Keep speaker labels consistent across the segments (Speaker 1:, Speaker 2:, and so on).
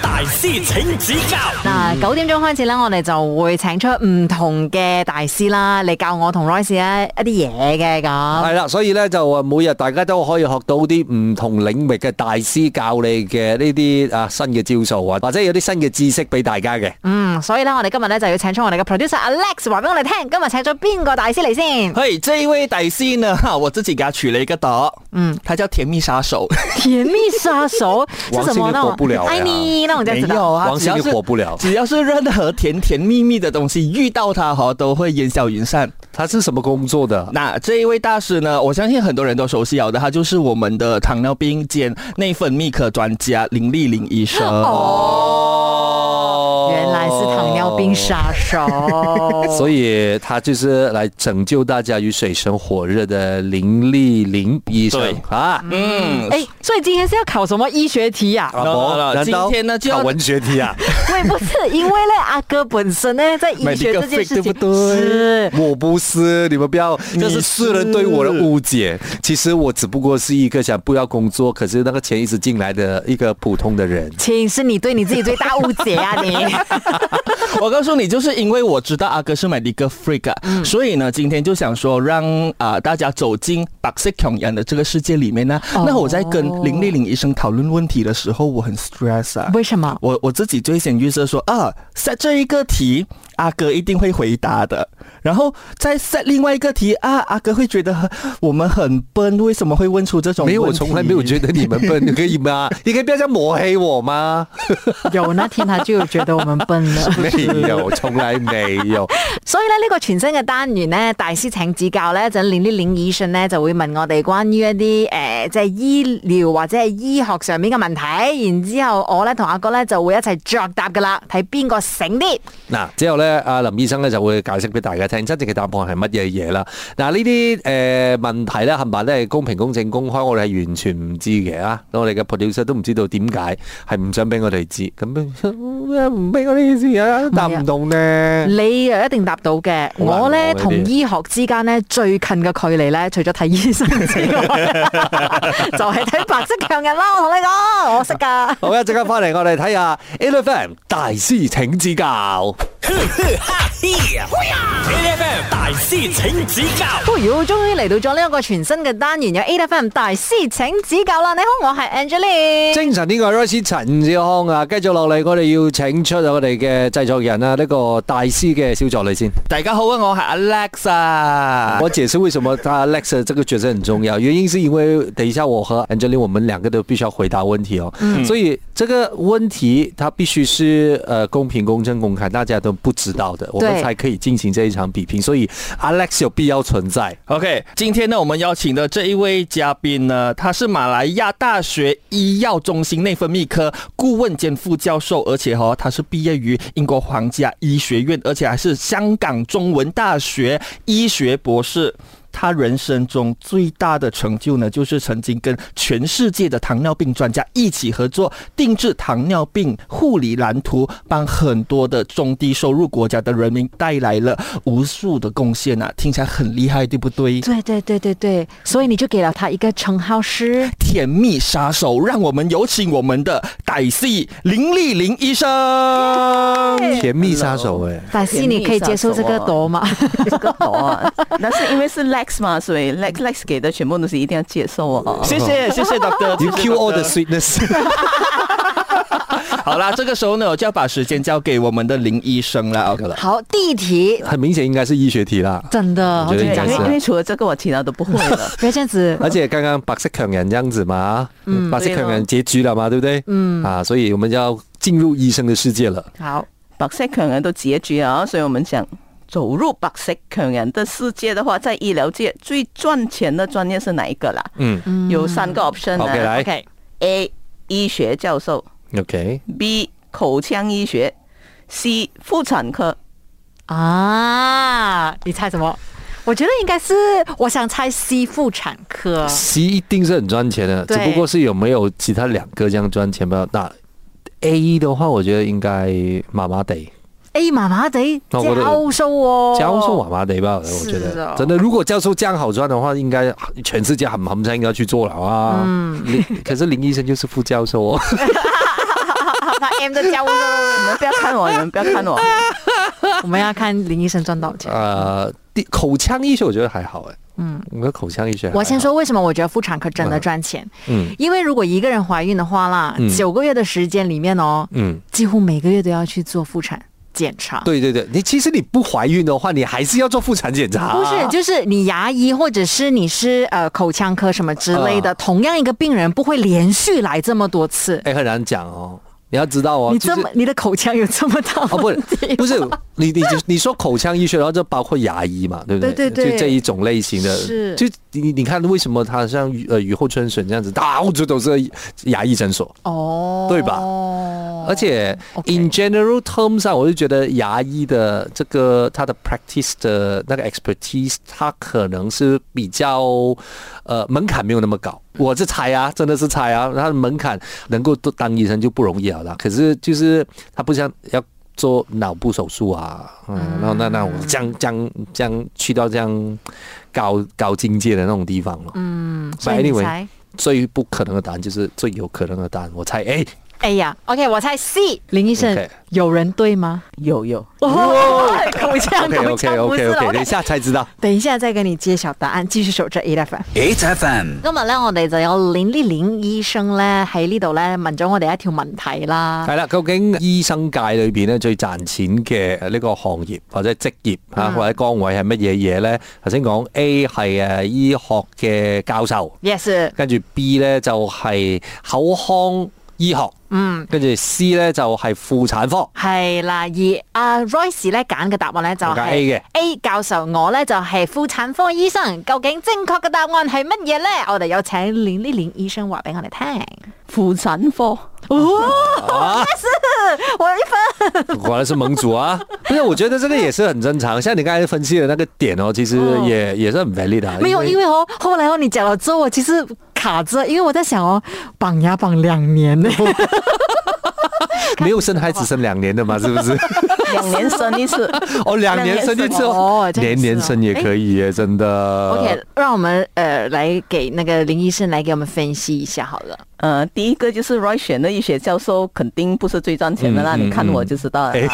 Speaker 1: 大師請指教
Speaker 2: 嗱，九點鐘開始咧，我哋就會請出唔同嘅大師啦，嚟教我同 Royce 咧一啲嘢嘅咁。
Speaker 3: 系啦，所以咧就啊，每日大家都可以學到啲唔同領域嘅大師教你嘅呢啲啊新嘅招數啊，或者有啲新嘅知識俾大家嘅。
Speaker 2: 嗯，所以咧，我哋今日咧就要請出我哋嘅 producer Alex 話俾我哋聽，今日請咗邊個大師嚟 先？
Speaker 4: 嘿，这一位歹戏呢，哈，我自己给他取了一个的，
Speaker 2: 嗯，
Speaker 4: 他叫甜蜜杀手，
Speaker 2: 甜蜜杀手是 什么
Speaker 3: 王心凌
Speaker 2: 那
Speaker 3: 火不了
Speaker 2: 种？
Speaker 3: 呀
Speaker 2: 爱你那种这样子的。
Speaker 4: 有啊，
Speaker 3: 王
Speaker 4: 只
Speaker 3: 心
Speaker 4: 要
Speaker 3: 凌
Speaker 4: 是
Speaker 3: 火不
Speaker 2: 哦
Speaker 3: 了，
Speaker 4: 只要是任何甜甜蜜蜜的东西遇到他哈，都会烟消云散。
Speaker 3: 他是什么工作
Speaker 2: 哦
Speaker 3: 的？
Speaker 4: 那这一位大师呢，我相信很多人都熟悉了的，他就是我们的糖尿病兼内分泌科专家林丽玲医生。
Speaker 3: 哦
Speaker 2: 哦原来是糖尿病杀手。
Speaker 3: 所以他就是来拯救大家于水深火热的林丽玲医生
Speaker 4: 对
Speaker 3: 啊。
Speaker 4: 嗯，
Speaker 2: 哎，所以今天是要考什么医学题 呀、
Speaker 3: 阿
Speaker 4: No, no, no,
Speaker 3: 伯，难道
Speaker 4: 今天呢就要
Speaker 3: 考文学题啊？
Speaker 2: 喂，不是，因为呢，阿哥本身呢在医学这件事
Speaker 3: Medical fake，
Speaker 2: 情
Speaker 3: 对不对
Speaker 2: 是？
Speaker 3: 我不是，你们不要，这是世人对我的误解。其实我只不过是一个想不要工作，可是那个钱一直进来的一个普通的人。
Speaker 2: 亲，是你对你自己最大误解啊！你
Speaker 4: 我告诉你，就是因为我知道阿哥是 medical freak，、啊所以呢，今天就想说让啊、大家走进白色穷人的这个世界里面呢。
Speaker 2: 哦
Speaker 4: 那我在跟林丽玲医生讨论问题的时候，我很 stress 啊。
Speaker 2: 为什么？
Speaker 4: 我我自己最先预设说啊，set 这一个题，阿哥一定会回答的。然后再 set 另外一个题啊，阿哥会觉得很我们很笨，为什么会问出这种问
Speaker 3: 没
Speaker 4: 题？
Speaker 3: 有，我从来没有觉得你们笨，你可以吗？你可以不要这样抹黑我 吗？
Speaker 2: 有那天他就有觉得我们笨 了。
Speaker 3: 没有，从来没有。
Speaker 2: 所以咧，呢個全新嘅單元呢，大師請指教呢，就連啲領醫生呢就會問我哋關於一啲诶、呃即係醫療或者係醫學上面嘅問題。然之后我咧同阿哥咧就會一齊作答噶啦，睇邊個醒 啲。
Speaker 3: 嗱，之後咧，阿林醫生咧就會解釋俾大家聽真正嘅答案係乜嘢嘢啦。嗱，呢啲誒問題咧，冚唪唥都係公平、公正、公開，我哋係完全唔知嘅啊！我哋嘅 producer 都唔知道點解係唔想俾我哋知，咁唔俾我哋知啊，答唔到呢。
Speaker 2: 你啊一定答到嘅。
Speaker 3: 好難
Speaker 2: 我咧
Speaker 3: 喎呢啲
Speaker 2: 同醫學之間咧最近嘅距離咧，除咗睇醫生之 外， 就係睇白色強人啦。我同你講，我識㗎。
Speaker 3: 好，一陣間翻嚟，我哋睇下 e l e p h a n 大師請指教。
Speaker 1: ，FM 大師請指教
Speaker 2: 不如終於嚟到咗呢一個全新嘅單元，有 A F M 大師請指教啦！你好，我係 Angeline。
Speaker 3: 精神呢個 Rice 陳志康啊，繼續落嚟，我哋要請出我哋嘅製作人啊，呢、個大師嘅小助理先。
Speaker 4: 大家好啊，我系 Alex 啊。
Speaker 3: 我解释为什么他 Lex 的这个角色很重要，原因是因为等一下我和 Angelina 我们两个都必须要回答问题哦，所以这个问题它必须是呃公平、公正、公开，大家都不知道的，我们
Speaker 2: 对
Speaker 3: 才可以进行这一场比拼，所以 Alex 有必要存在。
Speaker 4: OK，今天呢，我们邀请的这一位嘉宾呢，他是马来亚大学医药中心内分泌科顾问兼副教授，而且哦，他是毕业于英国皇家医学院，而且还是香港中文大学医学博士。他人生中最大的成就呢，就是曾经跟全世界的糖尿病专家一起合作，定制糖尿病护理蓝图，帮很多的中低收入国家的人民带来了无数的贡献啊！听起来很厉害，对不 对？
Speaker 2: 对对对对对，所以你就给了他一个称号 是
Speaker 4: 甜蜜杀手，让我们有请我们的歹戏林丽玲医生。
Speaker 3: 甜蜜杀手哎、
Speaker 2: 大师，你可以接受这个朵吗？
Speaker 5: 这个好啊， 但是因为是 Lex 嘛，所以
Speaker 3: 嗯
Speaker 5: Lex Lex 给的全部东西一定要接受哦。
Speaker 4: 谢谢谢谢 Doctor，
Speaker 3: y o u kill all the sweetness 。
Speaker 4: 好啦，这个时候呢，我就要把时间交给我们的林医生了。OK 了。
Speaker 2: 好，第一题
Speaker 3: 很明显应该是医学题啦。
Speaker 2: 真的好
Speaker 3: 我觉
Speaker 2: 紧
Speaker 3: 得
Speaker 5: 对，
Speaker 2: 张
Speaker 5: 哦因为
Speaker 3: 应该
Speaker 5: 因
Speaker 2: 啊！
Speaker 5: 为除了这个，我其他都不会 了。
Speaker 2: 不要这样子，
Speaker 3: 而且刚刚白色强人这样子嘛，白色强人结局了嗯嘛，对不对？嗯啊，所以我们要进入医生的世界了。
Speaker 2: 好，
Speaker 5: 白色强人都结局啊，所以我们讲走入白色强人的世界的话，在医疗界最赚钱的专业是哪一个啦？
Speaker 3: 嗯
Speaker 5: 有三个 option 啊。
Speaker 3: OK，来
Speaker 2: 哎
Speaker 5: A 医学教授
Speaker 3: ，OK，
Speaker 5: ，B 口腔医学，C 妇产科。
Speaker 2: 啊，你猜什么？我觉得应该是，我想猜 C 妇产科。
Speaker 3: C 一定是很赚钱的，
Speaker 2: 对
Speaker 3: 只不过是有没有其他两个这样赚钱吧。那 A 的话，我觉得应该麻麻得。
Speaker 2: A 麻麻地，
Speaker 3: 那我的
Speaker 2: 教授哦，
Speaker 3: 教授啊麻麻地吧，我觉
Speaker 2: 是
Speaker 3: 得
Speaker 2: 哦
Speaker 3: 真的。如果教授这样好赚的话，应该全世界很很应该去做了啊。
Speaker 2: 嗯
Speaker 3: 林可是林医生就是副教授 哦，
Speaker 2: 那 M 的教授，
Speaker 5: 你们不要看我，你们不要看我，
Speaker 2: 我们要看林医生赚多少钱。
Speaker 3: 呃，第口腔医学我觉得还好哎，嗯，我觉得口腔医学还好。
Speaker 2: 我先说为什么我觉得妇产科真的赚钱，
Speaker 3: 嗯，
Speaker 2: 因为如果一个人怀孕的话啦
Speaker 3: 嗯，
Speaker 2: 九个月的时间里面哦，
Speaker 3: 嗯，
Speaker 2: 几乎每个月都要去做妇产检查。
Speaker 3: 对对对，你其实你不怀孕的话，你还是要做妇产检查。
Speaker 2: 不是，就是你牙医或者是你是呃口腔科什么之类的，
Speaker 3: 啊
Speaker 2: 同样一个病人不会连续来这么多次。
Speaker 3: 哎，很难讲哦，你要知道哦，
Speaker 2: 你
Speaker 3: 就
Speaker 2: 这
Speaker 3: 是
Speaker 2: 么、你的口腔有这么大
Speaker 3: 哦，不
Speaker 2: 问
Speaker 3: 是
Speaker 2: 题？
Speaker 3: 不是，你你就你说口腔医学，然后就包括牙医嘛，对不对？
Speaker 2: 对对对
Speaker 3: 就这一种类型的，
Speaker 2: 是
Speaker 3: 就你你看为什么它像雨呃雨后春笋这样子，到处都是牙医诊所，
Speaker 2: 哦，
Speaker 3: 对吧而且
Speaker 2: OK
Speaker 3: in general terms 啊上，我就觉得牙医的这个他的 practice 的那个 expertise，他可能是比较呃门槛没有那么高。我是猜啊，真的是猜啊，他的门槛能够都当医生就不容易了啦。可是就是他不像要。做脑部手术啊，嗯，那那那我这样这样这样去到这样高高境界的那种地方了，嗯，
Speaker 2: 所以你猜，
Speaker 3: 最不可能的答案就是最有可能的答案，我猜，哎、
Speaker 2: 哎呀，OK，我猜 C，林医生
Speaker 3: OK
Speaker 2: 有人对吗？
Speaker 5: 有有，
Speaker 2: 哦，口 腔
Speaker 3: OK
Speaker 2: 口
Speaker 3: OK
Speaker 2: 腔不是
Speaker 3: OK
Speaker 2: 了
Speaker 3: OK，
Speaker 2: OK
Speaker 3: 等一下才知道。
Speaker 2: 等一下再跟你揭晓答案，继续守着 A F M。
Speaker 1: ，8FM，
Speaker 2: 今日咧，我哋就有林丽玲醫生咧喺呢度咧問咗我哋一條問題啦
Speaker 3: 系。啦，究竟醫生界裏边咧最賺錢嘅呃呢個行業或者職業吓、或者崗位係乜嘢嘢咧？頭先講 A 係诶醫學嘅教授，
Speaker 2: Yes，
Speaker 3: 跟住 B 咧就係口腔醫學，
Speaker 2: 嗯，
Speaker 3: 跟住 C 咧就係婦產科。
Speaker 2: 係啦。而阿 Royce 咧揀嘅答案咧就
Speaker 3: 我揀
Speaker 2: 係
Speaker 3: A 嘅
Speaker 2: A 教授，我咧就係婦產科醫生。究竟正確嘅答案係乜嘢咧？我哋有請林麗玲醫生話俾我哋聽。
Speaker 5: 婦產科。
Speaker 3: 啊，
Speaker 2: 我一分
Speaker 3: 果然是盟主啊！不是，我覺得這個也是很正常。像你剛才分析的那個點哦，其實也、也是很 valid 的啊。
Speaker 2: 没有，因为哦，後來哦，你講了之後，我其實卡着，因為我在想哦，綁牙綁兩年呢。
Speaker 3: 没有生孩子生兩年的嘛，是不是？
Speaker 5: 两年生一次。
Speaker 3: 哦，两年生一次哦
Speaker 2: 哦，这样
Speaker 3: 年
Speaker 2: 子
Speaker 3: 年
Speaker 2: 哦
Speaker 3: 生也可以耶，真的。
Speaker 2: OK，让我们呃来给那个林醫生來給我們分析一下好 了。
Speaker 5: 呃，第一个就是 Roy 选的医学教授，肯定不是最赚钱的啦，
Speaker 3: 嗯嗯哎
Speaker 5: 你看我就知道了
Speaker 2: 哎
Speaker 5: 啦。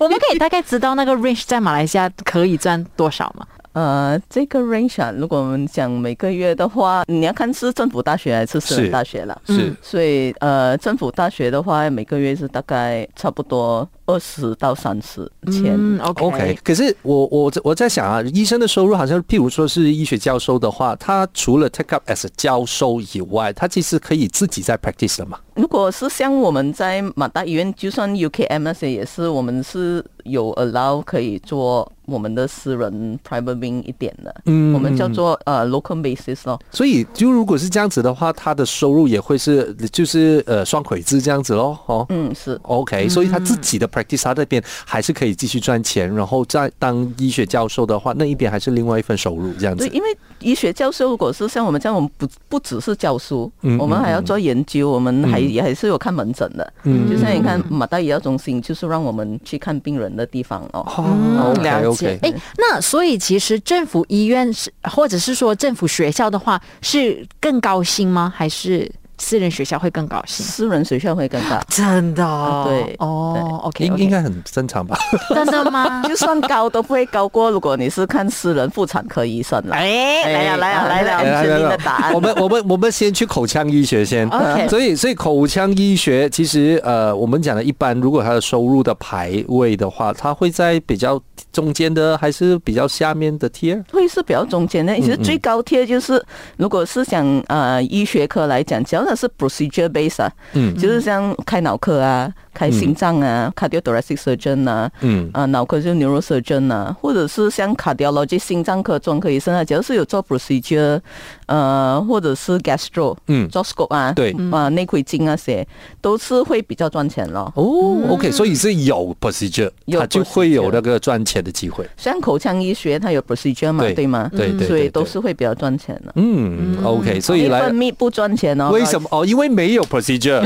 Speaker 2: 我们可以大概知道那个 range 在马来西亚可以赚多少吗？
Speaker 5: 呃，这个 range 啊，如果我们讲每个月的话，你要看是政府大学还是私
Speaker 3: 是
Speaker 5: 人大学了。
Speaker 3: 是
Speaker 5: 所以呃，政府大学的话，每个月是大概差不多二十到三十千。
Speaker 2: 嗯，OK，,
Speaker 3: OK，可是我我在我在想啊，医生的收入好像，譬如说是医学教授的话，他除了 take up as a 教授以外，他其实可以自己在 practice 的嘛。
Speaker 5: 如果是像我们在马大医院，就算 UKM 那些也是，我们是有 allow 可以做我们的私人 private wing 一点的，
Speaker 3: 嗯
Speaker 5: 我们叫做呃 local basis 咯。
Speaker 3: 所以就如果是这样子的话，他的收入也会是就是呃双轨制这样子咯，哦。
Speaker 5: 嗯，是。
Speaker 3: OK，所以他自己的 practice，他那边还是可以继续赚钱，然后再当医学教授的话，那一边还是另外一份收入这样
Speaker 5: 对，
Speaker 3: 子。
Speaker 5: 因为医学教授如果是像我们这样，我们不不只是教书，
Speaker 3: 嗯
Speaker 5: 我们还要做研究，我们还、也还是有看门诊的。
Speaker 3: 嗯
Speaker 5: 就像你看马大医药中心，就是让我们去看病人的地方哦。
Speaker 3: 哦，OK
Speaker 2: 嗯了解
Speaker 3: OK，。
Speaker 2: 哎，那所以其实政府医院是，或者是说政府学校的话，是更高薪吗？还是私人学校会更高薪？，
Speaker 5: 私人学校会更大
Speaker 2: 真的哦、
Speaker 5: 啊对
Speaker 2: 哦，OK，,
Speaker 3: 应
Speaker 2: o
Speaker 3: 应该很正常吧？
Speaker 2: 真的 吗？
Speaker 5: 就算高都不会高过。如果你是看私人妇产科医生了，
Speaker 2: 哎，来了来了来
Speaker 5: 哎
Speaker 2: 了，
Speaker 5: 哎
Speaker 3: 来
Speaker 5: 是
Speaker 3: 来
Speaker 5: 您
Speaker 3: 来
Speaker 5: 的答案
Speaker 3: 我们我们我们先去口腔医学先。
Speaker 2: OK
Speaker 3: 所以所以口腔医学其实呃，我们讲的一般，如果它的收入的排位的话，它会在比较中间的，还是比较下面的 tier？
Speaker 5: 会是比较中间的。
Speaker 3: 嗯
Speaker 5: 其实最高贴就是，如果是讲呃医学科来讲，只要它是 procedure base 啊，
Speaker 3: 嗯
Speaker 5: 就是像开脑科啊、开心脏啊、cardiothoracic surgeon 啊，
Speaker 3: 嗯
Speaker 5: 啊，脑科就 neurosurgeon 啊，或者是像 cardiology 心脏科专科医生啊，只要是有做 procedure，呃，或者是 gastro，
Speaker 3: 嗯
Speaker 5: 做 scope 啊，
Speaker 3: 对
Speaker 5: 啊，内窥镜啊些，都是会比较赚钱咯。
Speaker 3: 哦，OK，所以是有 procedure，
Speaker 5: 有
Speaker 3: 它就会
Speaker 5: procedure
Speaker 3: 有那个赚钱的机会。
Speaker 5: 像口腔医学它有 procedure 嘛，
Speaker 3: 对
Speaker 5: 对吗？
Speaker 3: 对对对
Speaker 5: 所以
Speaker 3: 对
Speaker 5: 都是会比较赚钱的。
Speaker 3: 嗯，OK，所以
Speaker 5: 内
Speaker 3: 来
Speaker 5: 分。泌不赚钱哦，
Speaker 3: 为什么？哦，因为没有 procedure，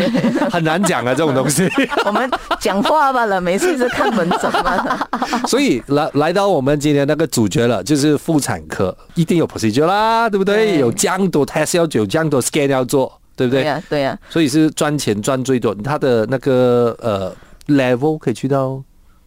Speaker 3: 很难讲啊，这种东西。
Speaker 5: 我们讲话罢了，没事是看门诊嘛。
Speaker 3: 所以来来到我们今天那个主角了，就是妇产科，一定有 procedure 啦，对不对？
Speaker 5: 对
Speaker 3: 有这样多 test 要做，有这样多 scan 要做，对 不对？
Speaker 5: 对呀、对呀、
Speaker 3: 所以是赚钱赚最多，他的那个呃 level 可以去到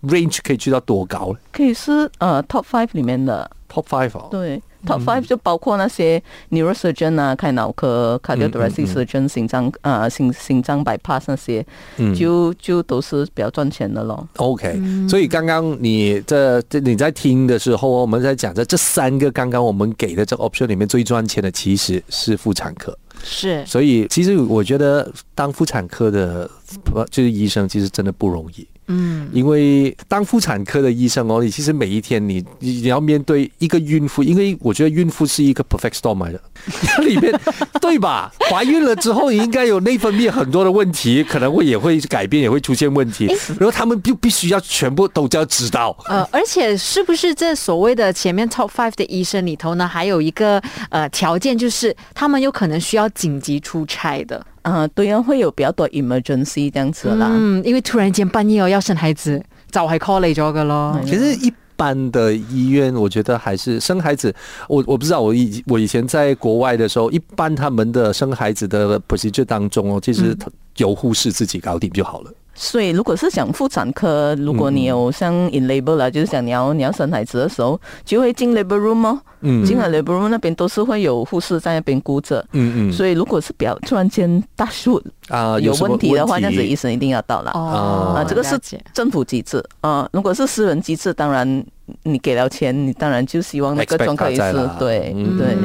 Speaker 3: range 可以去到多高呢
Speaker 5: 可以是呃 top five 里面的，
Speaker 3: ？Top five 哦，
Speaker 5: 对 top five 就包括那些 neurosurgeon 啊、开脑
Speaker 3: 嗯
Speaker 5: 科、cardiothoracic surgeon、心脏呃心心脏 bypass 那些，
Speaker 3: 嗯
Speaker 5: 就就都是比较赚钱的咯。
Speaker 3: OK，、所
Speaker 5: 嗯
Speaker 3: 以刚刚你这这你在听的时候，我们在讲的这三个刚刚我们给的这个 option 里面最赚钱的其实是妇产科，
Speaker 2: 是
Speaker 3: 所以其实我觉得当妇产科的呃就是医生，其实真的不容易。嗯，因为当妇产科的医生哦，你其实每一天你你你要面对一个孕妇，因为我觉得孕妇是一个 perfect storm 来的， 它里面对吧？怀孕了之后，你应该有内分泌很多的问题，可能会也会改变，也会出现问题，然后他们就必须要全部都要知道。
Speaker 2: 呃，而且是不是这所谓的前面 top five 的医生里头呢，还有一个呃条件，就是他们有可能需要紧急出差的，
Speaker 5: 啊、对呀、会有比较多 emergency 这样子啦。
Speaker 2: 嗯，因为突然間半夜哦要生孩子，就係 call 你咗噶咯。
Speaker 5: 嗯
Speaker 3: 其实一般的医院，我觉得还是生孩子，我我不知道，我以我以前在国外的时候，一般他们的生孩子的 procedure 当中哦，其实
Speaker 5: 嗯
Speaker 3: 他由护士自己搞定就好了。
Speaker 5: 所以，如果是讲妇产科，如果你
Speaker 3: 嗯
Speaker 5: 有像 in labor 啦，就是讲你要你要生孩子的时候，就会进 labor room 哦，
Speaker 3: 嗯
Speaker 5: 进了 labor room 那边都是会有护士在那边顾着。
Speaker 3: 嗯嗯
Speaker 5: 所以，如果是比较突然间大数
Speaker 3: 啊有
Speaker 5: 有
Speaker 3: 什么
Speaker 5: 问题的话，
Speaker 3: 问题
Speaker 5: 那子医生一定要到啦。
Speaker 2: 哦，
Speaker 5: 啊，这个是
Speaker 2: 了解
Speaker 5: 政府机制啊。如果是私人机制，当然你给了钱，你当然就希望那个
Speaker 3: Expect
Speaker 5: 专科医
Speaker 3: 他在
Speaker 5: 师
Speaker 3: 啦
Speaker 5: 对
Speaker 3: 嗯
Speaker 5: 对。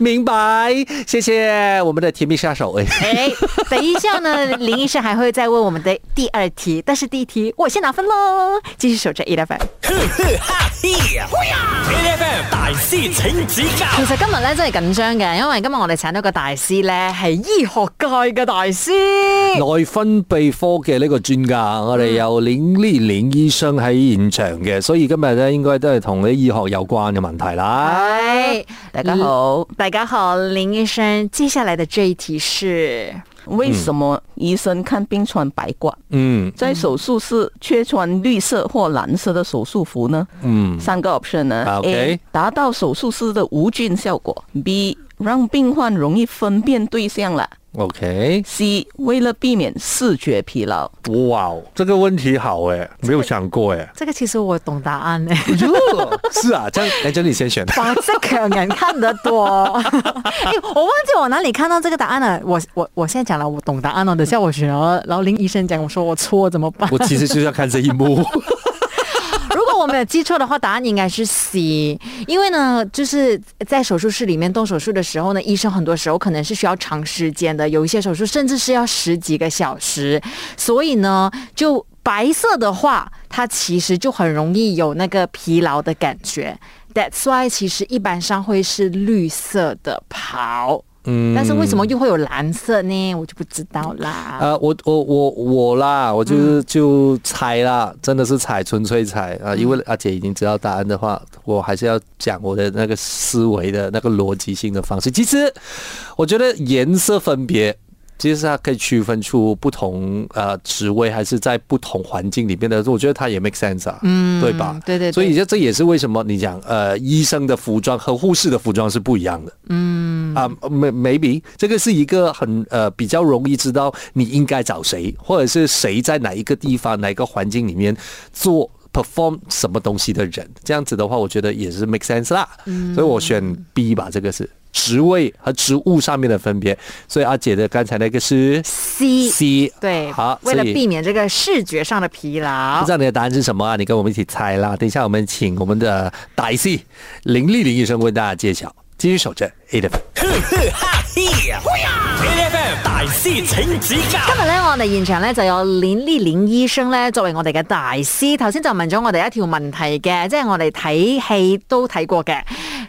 Speaker 3: 明白，谢谢我们的甜蜜杀手
Speaker 5: 嗯
Speaker 3: 哎。
Speaker 2: 哎，等一下呢，林医生还会再问我们的第二题，但是第一题我先拿分喽。继续守着 E F M。
Speaker 1: 哈嘿呀！A F M 大师请指教
Speaker 2: 其實今日咧真係緊張嘅，因為今日我哋請到個大師咧係醫學界嘅大師。
Speaker 3: 內分泌科嘅呢個專家，我哋有林麗玲醫生喺現場嘅，所以今日咧應該都係同啲醫學有關嘅問題啦。
Speaker 2: 哎，
Speaker 5: 大家好，
Speaker 2: 大家好，林医生，接下来的这一题是，
Speaker 5: 为什么医生看病穿白褂？
Speaker 3: 嗯
Speaker 5: 在手术室却穿绿色或蓝色的手术服呢？
Speaker 3: 嗯，
Speaker 5: 三个 option 呢、
Speaker 3: 啊，OK
Speaker 5: A 达到手术室的无菌效果；B 让病患容易分辨对象了
Speaker 3: ，OK。
Speaker 5: ；C 为了避免视觉疲劳。
Speaker 3: 哇哦，这个问题好哎、没有想 过哎、
Speaker 2: 这个其实我懂答案呢，
Speaker 3: 是啊，这样，哎，这样你先选。
Speaker 2: 保这个人看得多。哎，我忘记我哪里看到这个答案了。我我我现在讲了，我懂答案了。等下我选了，然后林医生讲我说我错怎么办？
Speaker 3: 我其实就是要看这一幕。
Speaker 2: 如果我没有记错的话，答案应该是 C，因为呢，就是在手术室里面动手术的时候呢，医生很多时候可能是需要长时间的，有一些手术甚至是要十几个小时，所以呢，就白色的话，它其实就很容易有那个疲劳的感觉。That's why 其实一般上会是绿色的袍，
Speaker 3: 嗯
Speaker 2: 但是为什么又会有蓝色呢？我就不知道啦。
Speaker 3: 呃，我我我我啦，
Speaker 2: 嗯
Speaker 3: 我就是就猜啦，真的是猜，纯粹猜啊、因为阿姐已经知道答案的话，我还是要讲我的那个思维的那个逻辑性的方式。其实我觉得颜色分别。其实它可以区分出不同呃职位，还是在不同环境里面的，我觉得它也 make sense 啊，嗯，对吧？
Speaker 2: 对对对
Speaker 3: 所以这这也是为什么你讲呃医生的服装和护士的服装是不一样的。啊、m a y maybe 这个是一个很呃比较容易知道你应该找谁，或者是谁在哪一个地方、哪一个环境里面做 perform 什么东西的人，这样子的话，我觉得也是 make sense 啦。
Speaker 2: 嗯
Speaker 3: 所以我选 B 吧，这个是职位和职务上面的分别。所以阿姐的刚才那个是
Speaker 2: C
Speaker 3: C，
Speaker 2: 对
Speaker 3: 好，，
Speaker 2: 为了
Speaker 3: 所以
Speaker 2: 避免这个视觉上的疲劳
Speaker 3: 不知，道你的答案是什么啊？你跟我们一起猜啦。等一下，我们请我们的大戏林丽玲医生为大家揭晓。继续守着 A 的。
Speaker 1: 哈嘿呀！A F M 大师请指教
Speaker 2: 今日咧，我哋現場咧就有林麗玲醫生咧作為我哋嘅大師。頭先就問咗我哋一條問題嘅，即係我哋睇戲都睇過嘅。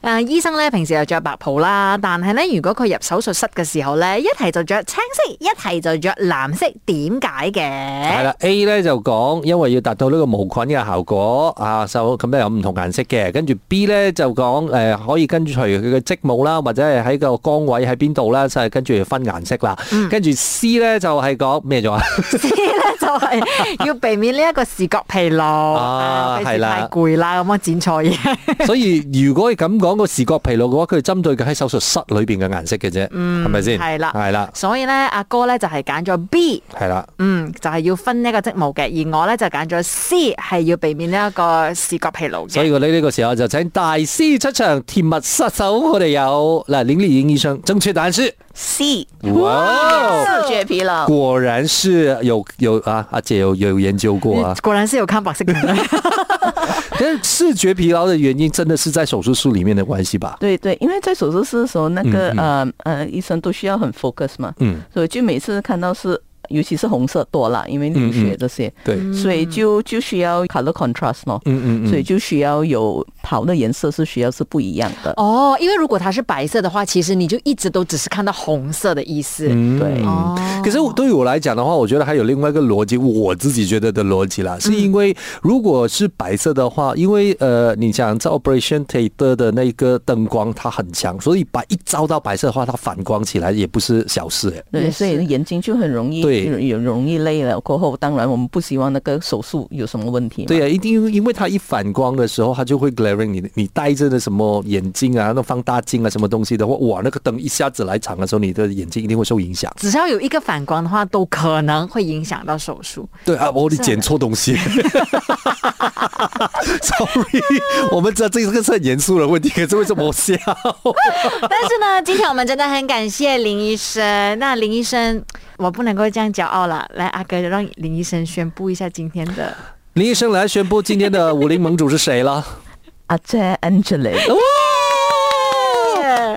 Speaker 2: 誒醫生咧平時就着白袍啦，但係咧如果佢入手術室嘅時候咧，一係就着青色，一係就着藍色，點解
Speaker 3: 系
Speaker 2: 嘅？
Speaker 3: 啦，A 咧就講，因為要達到呢個無菌嘅效果啊，就咁咧有唔同顏色嘅。跟住 B 咧就講，诶、可以跟隨佢嘅職務啦，或者係喺個崗位喺邊度啦，就係跟住分顏色啦。
Speaker 2: 嗯
Speaker 3: 跟住 C 咧就係講 咩咗啊？
Speaker 2: 知咧就係 要避免呢一個視覺疲勞，
Speaker 3: 啊
Speaker 2: 啊費
Speaker 3: 係
Speaker 2: 事
Speaker 3: 啦
Speaker 2: 太攰啦，咁啊剪錯嘢。
Speaker 3: 所以如果咁講個視覺疲勞嘅話，佢係針對嘅喺手術室裏边嘅顏色嘅啫，係咪先？
Speaker 2: 嗯係啦
Speaker 3: 係啦，
Speaker 2: 所以咧，阿哥咧就係揀咗 B，
Speaker 3: 係啦。
Speaker 2: 嗯，就係要分呢一個職務嘅，而我咧就揀咗 C，係要避免呢一個視覺疲勞
Speaker 3: 所
Speaker 2: 嘅。，
Speaker 3: 以我呢呢個時候就請大師出場，甜蜜失手，我哋有嗱林麗莹醫生正确答案是，
Speaker 5: C
Speaker 3: 哇哦，
Speaker 5: 视觉疲劳。
Speaker 3: 果然是有有啊，阿姐有有研究過啊
Speaker 2: 果然是有看白色 嘅，
Speaker 3: 但是視覺疲勞的原因真的是在手術室裡面的關係吧？
Speaker 5: 对对，因为在手术室的时候，那个、呃呃医生都需要很 focus 嘛，
Speaker 3: 嗯，
Speaker 5: 所以就每次看到是，尤其是红色多啦，因为流
Speaker 3: 嗯
Speaker 5: 血这些，
Speaker 3: 對，
Speaker 5: 所以就就需要 color contrast 咯，
Speaker 3: 嗯嗯
Speaker 5: 所以
Speaker 3: 嗯，
Speaker 5: 就需要有袍的颜色是需要是不一样的。
Speaker 2: 哦，因為如果它是白色的話，其實你就一直都只是看到紅色的意思。
Speaker 3: 嗯
Speaker 5: 对，
Speaker 2: 哦
Speaker 3: 可是对于我来讲的话，我觉得还有另外一个逻辑，我自己觉得的逻辑啦，是因为如果是白色的话，因为呃，你想在 Operation Theater 的那个灯光它很强，所以白一照到白色的话，它反光起来也不是小事哎。
Speaker 5: 对，
Speaker 2: 也
Speaker 5: 所以
Speaker 2: 是
Speaker 5: 眼睛就很容易
Speaker 3: 对
Speaker 5: 有有容易累了。过后，当然我们不希望那个手术有什么问题嘛。
Speaker 3: 对呀、一定因为它一反光的时候，它就会 glaring 你的，你戴着的什么眼镜啊，那放大镜啊，什么东西的话，哇，那个灯一下子来场的时候，你的眼睛一定会受影响。
Speaker 2: 只要有一個反光的話，都可能會影響到手 術。
Speaker 3: 对啊，我你捡错东西。Sorry，我 们知道这个是很严肃的问题，可是为什么我笑？
Speaker 2: 但是呢，今天我们真的很感谢林医生。那林医生，我不能够这样骄傲了。来，阿哥，让林医生宣布一下今天 的。
Speaker 3: 林医生来宣布今天的武林盟主是谁了？
Speaker 5: 阿姐 Angela，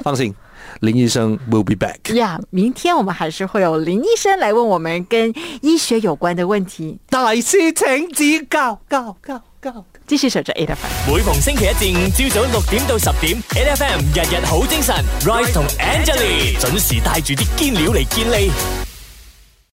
Speaker 3: 放心，林医生 will be back。
Speaker 2: 呀明天我们还是会有林医生来问我们跟医学有关的问题。
Speaker 3: 大师请指教，教教教。
Speaker 2: 继续守着 A 的粉。
Speaker 1: 每逢星期一至五朝早六點到十點，N F M 日日好精神，Rise 同 Angelie 準時帶住啲堅料嚟堅利。